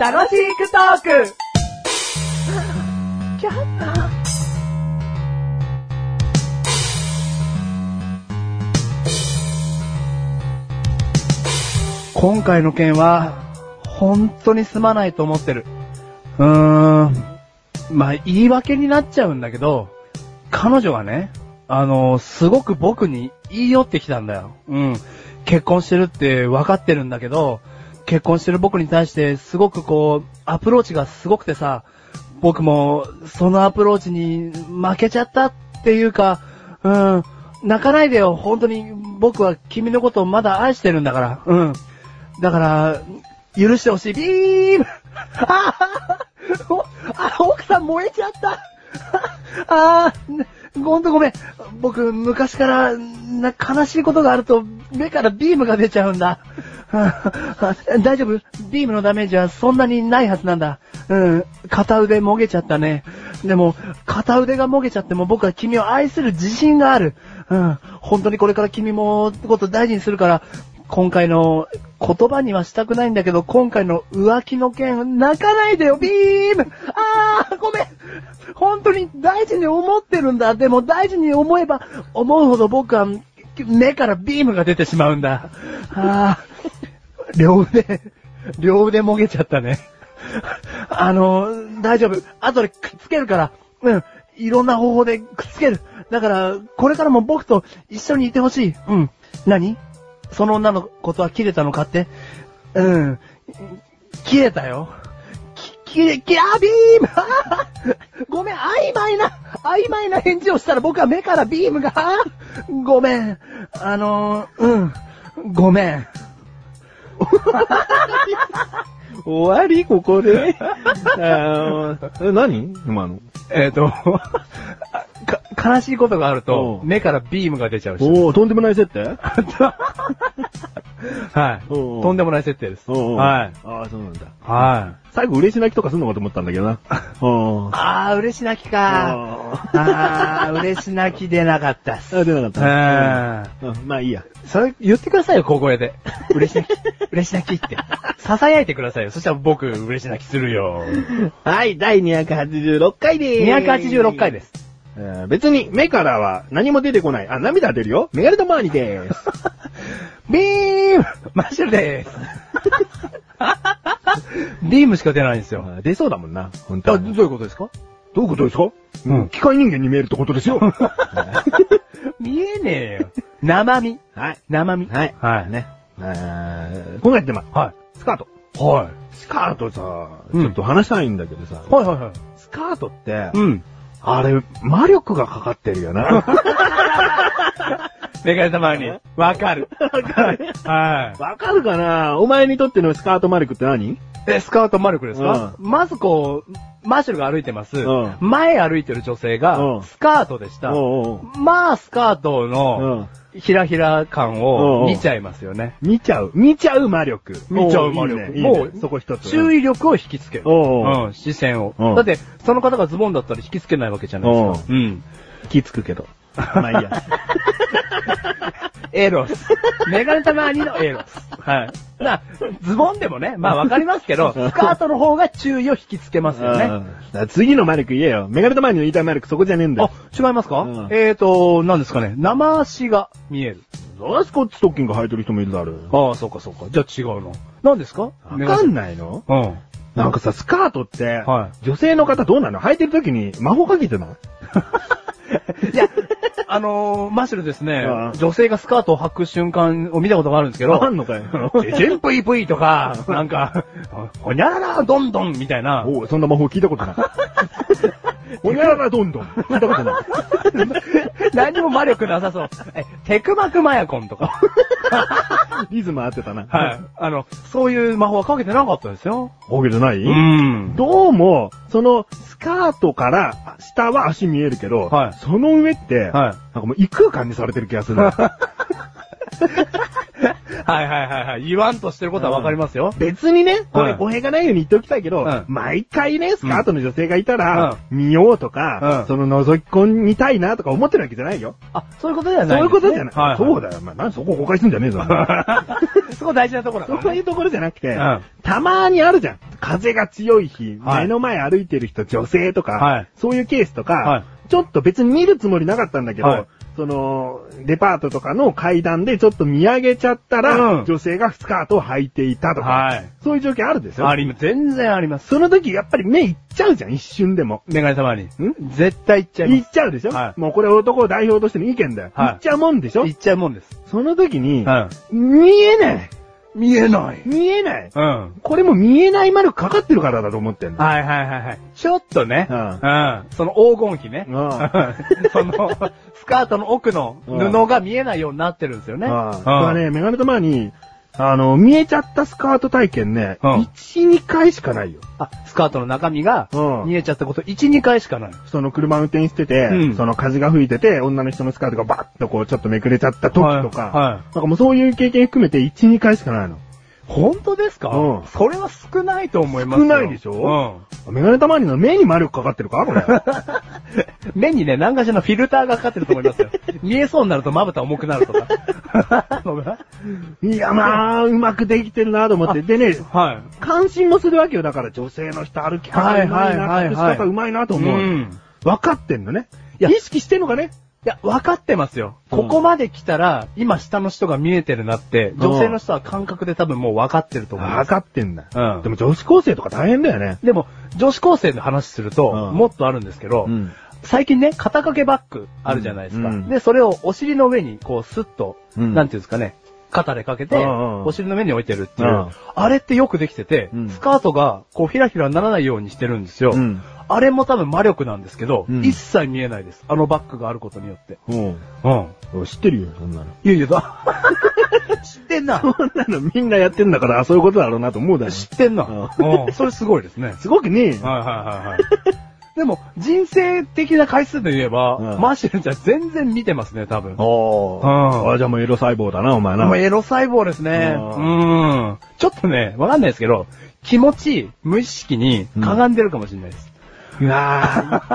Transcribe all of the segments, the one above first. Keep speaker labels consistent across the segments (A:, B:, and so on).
A: 楽しくトーク
B: 今回の件は、本当にすまないと思ってる。うーん。まあ、言い訳になっちゃうんだけど、彼女がね、あの、すごく僕に言い寄ってきたんだよ。うん。結婚してるって分かってるんだけど、結婚してる僕に対してすごくこう、アプローチがすごくてさ、僕もそのアプローチに負けちゃったっていうか、うん、泣かないでよ、本当に僕は君のことをまだ愛してるんだから、うん。だから、許してほしい。ビームあーおあ、奥さん燃えちゃったあー、ほんとごめん。僕、昔から、な、悲しいことがあると、目からビームが出ちゃうんだ。ああ大丈夫ビームのダメージはそんなにないはずなんだ。うん。片腕もげちゃったね。でも、片腕がもげちゃっても僕は君を愛する自信がある。うん。本当にこれから君も、こと大事にするから、今回の言葉にはしたくないんだけど、今回の浮気の件、泣かないでよ、ビームあー、ごめん本当に大事に思ってるんだ。でも大事に思えば、思うほど僕は目からビームが出てしまうんだ。あー、 両腕、両腕もげちゃったね。 あの、大丈夫。後でくっつけるから。うん。いろんな方法でくっつける。だから、これからも僕と一緒にいてほしい。うん。何その女の子とは切れたのかってうん。切れたよ。き、切れ、き、あ、ビームあー ごめん、曖昧な、曖昧な返事をしたら僕は目からビームが、あーごめん。あのー、うん。ごめん。
C: 終わりここ で。あーえ何今の。
B: えっ、と、か、悲しいことがあると、
C: うん
B: 目からビームが出ちゃう人。
C: おおとんでもない設定
B: はい。
C: うんうん
B: とんでもない設定です。はい。
C: ああ、そうなんだ。
B: はい。
C: 最後、嬉し泣きとかすんのかと思ったんだけどな。うん
B: あー、嬉し泣きか。
C: あ
B: あー、嬉し泣き出なかったっす。
C: ー。出な
B: う
C: かっ
B: ん。
C: た。うんまあいいや。
B: それ言ってくださいよ、小声で。嬉し泣き、 嬉し泣きって。囁いてくださいよ。そしたら僕、嬉し泣きするよ。
C: はい、第286回でーす。
B: 286回です。
C: えー。別に目からは何も出てこない。あ、涙出るよ。メガネとマーニで ーす。
B: ビーム マッシュルです。ビームしか出ないんですよ。
C: あ出そうだもんな、本
B: あ
C: 当
B: どう
C: に。
B: いうことですか
C: どういうことですか
B: うん
C: 機械人間に見えるってことで すよ。は
B: 見えねえよ。生身。
C: い。
B: 生身。
C: はい。
B: はい。
C: ね。えー今回のテーマ、
B: は
C: スカート。
B: い。は
C: スカートさ、
B: うん
C: ちょっと話したいんだけどさ
B: い。、はいはいはい。
C: スカートって、
B: ん。
C: あれ、魔力がかかってる よな。
B: メガネたまに。わかる。わかる。は
C: わかるかなお前にとってのスカート魔力って何
B: い。え、スカートマルクですか、まずこう、マーシュルが歩いてます。
C: うん
B: 前歩いてる女性
C: う
B: が、
C: ん
B: スカートでした。
C: おう
B: まあ、スカート
C: おう
B: の、
C: うん
B: ひらひら感
C: うん
B: を
C: うん
B: 見ちゃいますよね。
C: 見ちゃう。見ちゃう魔力。
B: 見ちゃう魔力
C: おいいね
B: もう
C: いいねそこ一つ。
B: 注
C: 意。
B: 意力を引きつける。
C: おうおう
B: うん、視線を。
C: うん
B: だって、その方がズボンだったら引きつけないわけじゃないですか。うん。
C: 気つくけど。 まあいいや。
B: エロス。 メガネたまにのエロス。はい。な、ズボンでもね、まあわかりますけど、スカートの方が注意を引きつけますよね。
C: うん次の魔力言えよ。メガネとマーニの言いたい魔力そこじゃねえんだ
B: あ
C: よ。、
B: 違いますか、
C: うん
B: えーと、何ですかね。生足が見える。
C: どうスコッチストッキング履いてる人もいるだろう。
B: ああ、そうかそうか。じゃあ違うの。何ですか
C: わかん
B: い。
C: ないの
B: うん。
C: なんかさ、スカートって、
B: は
C: 女性の方どうなの履いてる時に魔法かけてない
B: いや、あのー、マシュルですね
C: うん、
B: 女性がスカートを履く瞬間を見たことがあるんですけど、
C: あんの かよ。
B: ジェンプイプイとか、なんか、ほにゃららどんどんみたいな、
C: おうそんな魔法聞いたことない。ほにゃららどんどん。聞いたことない。
B: 何も魔力なさそう。え、テクマクマヤコンと か。
C: リズム合ってたな。
B: はい。あの、そういう魔法はかけてなかったですよ。
C: い。かけてない、
B: ん。
C: どうも、その、スカートから、下は足見えるけど、
B: はい
C: その上っ
B: はい
C: て、なんかもう異空間にされてる気がするな。
B: はいはいはいはい。言わんとしてることはわかりますよ。
C: 別にね、これ
B: うん
C: 語弊がないように言っておきたいけど、
B: うん
C: 毎回ね、スカートの女性がいたら、見ようとか、
B: うん
C: その覗き込みたいなとか思ってるわけじゃないよ。
B: あ、そういうことでは
C: そう
B: ないいんで
C: う
B: すね、
C: ことじゃない。
B: はいはい
C: そうだよ。まあ、なんでそこ誤解すんじゃねえぞ。お前
B: そこ大事なところだか
C: そ
B: ら
C: う
B: ね
C: いうところじゃなくて、
B: うん
C: たまにあるじゃん。風が強い日、
B: はい
C: 目の前歩いてる人、女性とか、
B: はい
C: そういうケースとか、
B: はい
C: ちょっと別に見るつもりなかったんだけど、
B: はい
C: その、デパートとかの階段でちょっと見上げちゃったら、
B: うん
C: 女性がスカートを履いていたとか、
B: はい
C: そういう状況あるでしょ
B: あり、全然あります。
C: その時やっぱり目いっちゃうじゃん、一瞬でも。
B: メガネ様に。
C: ん
B: 絶対行っちゃい
C: いっ
B: ます。
C: ちゃうでしょ、
B: はい
C: もうこれ男を代表としての意見だよ。
B: はい
C: いっちゃうもんでしょ
B: 行っちゃうもんです。
C: その時に、
B: うん
C: 見えない
B: 見えない。
C: 見えない
B: うん。はい
C: これも見えない丸かかってるからだと思ってんの。
B: はいはいはい。ちょっとね。
C: うん
B: うん。その黄金比ね。
C: う
B: その、スカートの奥の布が見えないようになってるんですよね。
C: あ
B: う
C: あ
B: ん
C: だからね、メガネと前に、あの、見えちゃったスカート体験ね、
B: うん
C: 1、2回しかないよ。
B: あ、スカートの中身が
C: うん
B: 見えちゃったこと1、2回しかない。
C: その車運転してて、
B: うん
C: その風が吹いてて、女の人のスカートがバッとこうちょっとめくれちゃった時とか、
B: はいはい
C: なんかもうそういう経験含めて1、2回しかないの。
B: 本当ですか
C: うん
B: それは少ないと思いますよ。
C: 少ないでしょ
B: うん。
C: メガネたまにの目に丸かかってるかこれ。
B: 目にね、何かしらのフィルターがかかってると思い ますよ。見えそうになるとまぶた重くなるとか。のが
C: いや、まあ、うまくできてるなと思って。でね、
B: はい。
C: 関心もするわけよ。だから女性の人歩き方うまいな、
B: はいはいはいはい
C: 隠し方うまいなと思う。
B: うん
C: 分かってんのね。
B: いや
C: 意識してんのかね
B: いや、分かってますよ。
C: うん
B: ここまで来たら、今下の人が見えてるなって、女性の人は感覚で多分もう分かってると思いま
C: 分
B: す。
C: かってんだ。
B: うん
C: でも女子高生とか大変だよね。
B: でも、女子高生の話すると、
C: うん
B: もっとあるんですけど、
C: うん
B: 最近ね、肩掛けバッグあるじゃないですか。
C: うんうん
B: で、それをお尻の上に、こう、スッと、
C: うん
B: なんていうんですかね、肩でかけて、
C: うんうん
B: お尻の上に置いてるっていう、
C: うん
B: あれってよくできてて、
C: うん
B: スカートが、こう、ひらひらにならないようにしてるんですよ。
C: うん
B: あれも多分魔力なんですけど、
C: うん
B: 一切見えないです。あのバッグがあることによって。うん。
C: うん。知ってるよ、そんなの。
B: いやいや、 だ知ってんな。
C: そんなのみんなやってんだから、そういうことだろうなと思うだろ う。
B: 知ってんな。うん。それすごいですね。
C: すごくね、
B: はいはいはいはい。 でも、人生的な回数で言えば、
C: うん
B: マーシルちゃん全然見てますね、多分。
C: お
B: うん
C: あ、じゃあもうエロ細胞だな、お前な。
B: もうエロ細胞ですね。う
C: うん
B: ん。ちょっとね、わかんないですけど、気持ち、無意識に、かがんでるかもしれないです。
C: うわ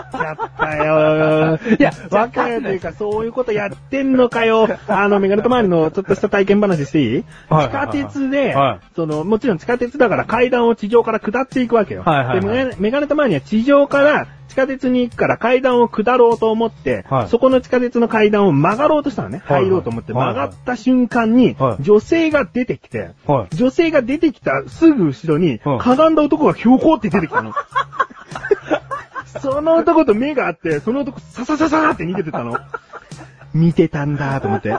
C: ぁ、やったよー。
B: いや
C: わかるというか、そういうことやってんのか よ。あの、メガネと周りのちょっとした体験話していい、
B: はいはいはい
C: 地下鉄で、
B: は
C: その、もちろん地下鉄だから階段を地上から下っていくわけよ。
B: はいはいはい
C: でメガネ、メガネと周りは地上から地下鉄に行くから階段を下ろうと思って、
B: はい
C: そこの地下鉄の階段を曲がろうとしたのね。
B: はいはい
C: 入ろうと思って、
B: はいはい
C: 曲がった瞬間に、
B: はい
C: 女性が出てきて、
B: は。
C: 女性が出てきたすぐ後ろに、
B: うん
C: かがんだ男がひょこって出てきたの。 その男と目があって、その男ささささって逃げてたの。見てたんだと思って。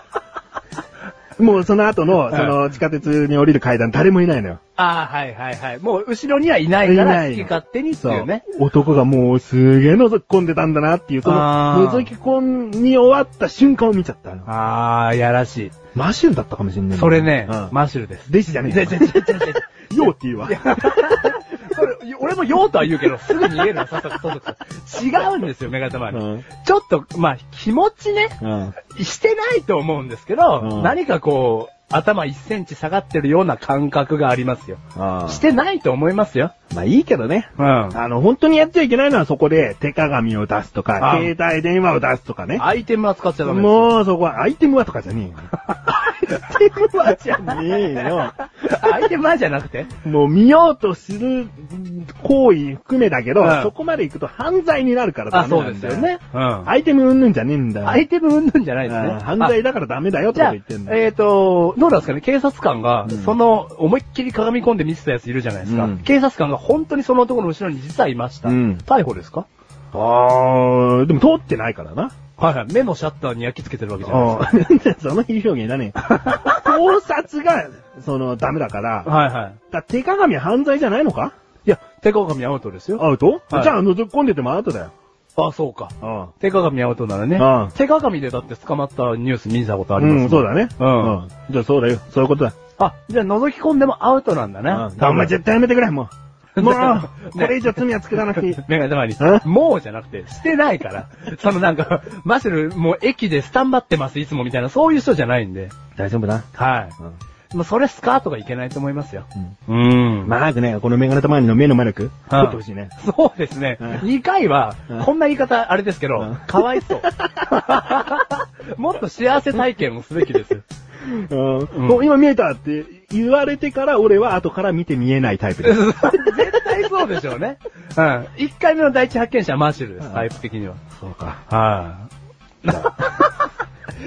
C: もうその後の、
B: い
C: その地下鉄に降りる階段誰もいないのよ。
B: ああ、はいはいはい。もう、後ろにはいないか
C: い
B: ら、
C: ない
B: 好き勝手にっていうね。
C: 男がもうすげえ覗き込んでたんだなっていう、その
B: あー
C: 覗き込みに終わった瞬間を見ちゃったの。
B: ああ、やらしい。
C: マシュルだったかもしんない。
B: それね、
C: うん
B: マーシルです。
C: 弟子じゃねえ
B: 全然違う違う違う。
C: ようって言うわ。
B: それ、俺も用とは言うけど、すぐ逃げるな、さっさとさっさと違うんですよ、メガネ玉に。
C: うん
B: ちょっと、まあ、気持ちね、
C: うん
B: してないと思うんですけど、
C: うん
B: 何かこう、頭1センチ下がってるような感覚がありますよ。
C: あー
B: してないと思いますよ。
C: まあいいけどね。
B: うん。
C: あの、本当にやっちゃいけないのはそこで手鏡を出すとか
B: あ、
C: 携帯電話を出すとかね。
B: アイテムは使っちゃダメです。
C: もうそこはアイテムはとかじゃねえよ。アイテムはじゃねえよ。
B: アイテムはじゃなくて
C: もう見ようとする行為含めだけど、
B: うん
C: そこまで行くと犯罪になるからダ
B: あ、
C: メ
B: そう
C: なんだよ。
B: ですよね。うん。
C: アイテムうんぬんじゃねえんだよ。
B: アイテムうんぬんじゃないですね
C: うん。犯罪だからダメだよってこと言ってん
B: じゃあ
C: だよ。
B: えっ、と、どうなんですかね、警察官が、
C: うん
B: その、思いっきり鏡込んで見てたやついるじゃないですか。
C: うん
B: 警察官が本当にその男の後ろに実はいました。
C: うん
B: 逮捕ですか
C: あー、でも通ってないからな。
B: はいはい。目のシャッターに焼き付けてるわけじゃないですか。
C: うんその比喩表現 だね。考察が、その、ダメだから、
B: はいはい。
C: だ手鏡は犯罪じゃないのか
B: いや、手鏡アウトですよ。
C: アウト、
B: はい
C: じゃあ覗き込んでてもアウトだよ。
B: あ、そうか。
C: あ
B: 手鏡アウトならね。
C: うん
B: 手鏡でだって捕まったニュース見たことあ
C: あ
B: りますもん、
C: うん、そうだね。
B: うん。
C: じゃあそうだよ。そういうことだ。
B: あ、じゃあ覗き込んでもアウトなんだね。
C: うんあんま絶対やめてくれ、も う。もう、これ以上罪は作らなくていい。
B: 目がたまに
C: ん、
B: もうじゃなくて、してないから。 そのなんか、マシュル、もう駅でスタンバってます、いつもみたいな、そういう人じゃないんで。
C: 大丈夫だ。
B: はい。まあ、それスカートがいけないと思いますよ。
C: うん。
B: うん
C: マークね、このメガネたまわりの目のマーク。
B: うん
C: 取ってほしいね。
B: そうですね。
C: うん
B: 2回は
C: うん、
B: こんな言い方あれですけ
C: う
B: ど
C: ん、
B: かわい そう。もっと幸せ体験をすべきです。
C: うん。
B: ん
C: お今見えたって言われてから俺は後から見て見えないタイプです。
B: 絶対そうでしょうね。うん。1回目の第一発見者はマーシュルで
C: う
B: す、
C: ん
B: タイプ的には。
C: そうか。
B: は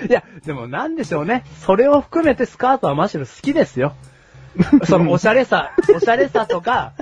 B: い。いや、でもなんでしょうね。それを含めてスカートはマーシュル好きですよ。そのおしゃれ さ、おしゃれさとか、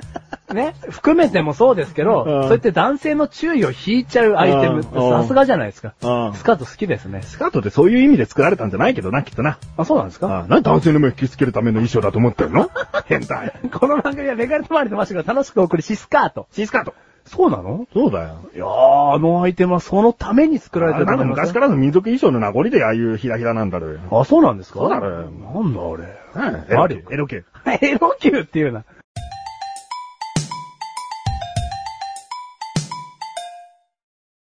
B: ね、含めてもそうですけど、
C: うん
B: そうやって男性の注意を引いちゃうアイテム、
C: うん
B: さすがじゃないですか。
C: うん
B: スカート好きですね。
C: スカートってそういう意味で作られたんじゃないけどな、きっとな。
B: あ、そうなんですか
C: ああなんで男性の目を引きつけるための衣装だと思ってる の変態。
B: この番組はメガネとマリのマシュルが楽しくお送りしスカート。
C: シースカート。
B: そうなの
C: そうだよ。
B: いやー、あのアイテムはそのために作られ
C: あ
B: て
C: れ
B: ると
C: なん
B: 思
C: か
B: います
C: 昔からの民族衣装の名残でああいうひらひらなんだろうよ。
B: あ、そうなんですか
C: そうだろうよ
B: なんだあれ。
C: うんエロ
B: あり
C: エロ系。
B: エロ級っていうな。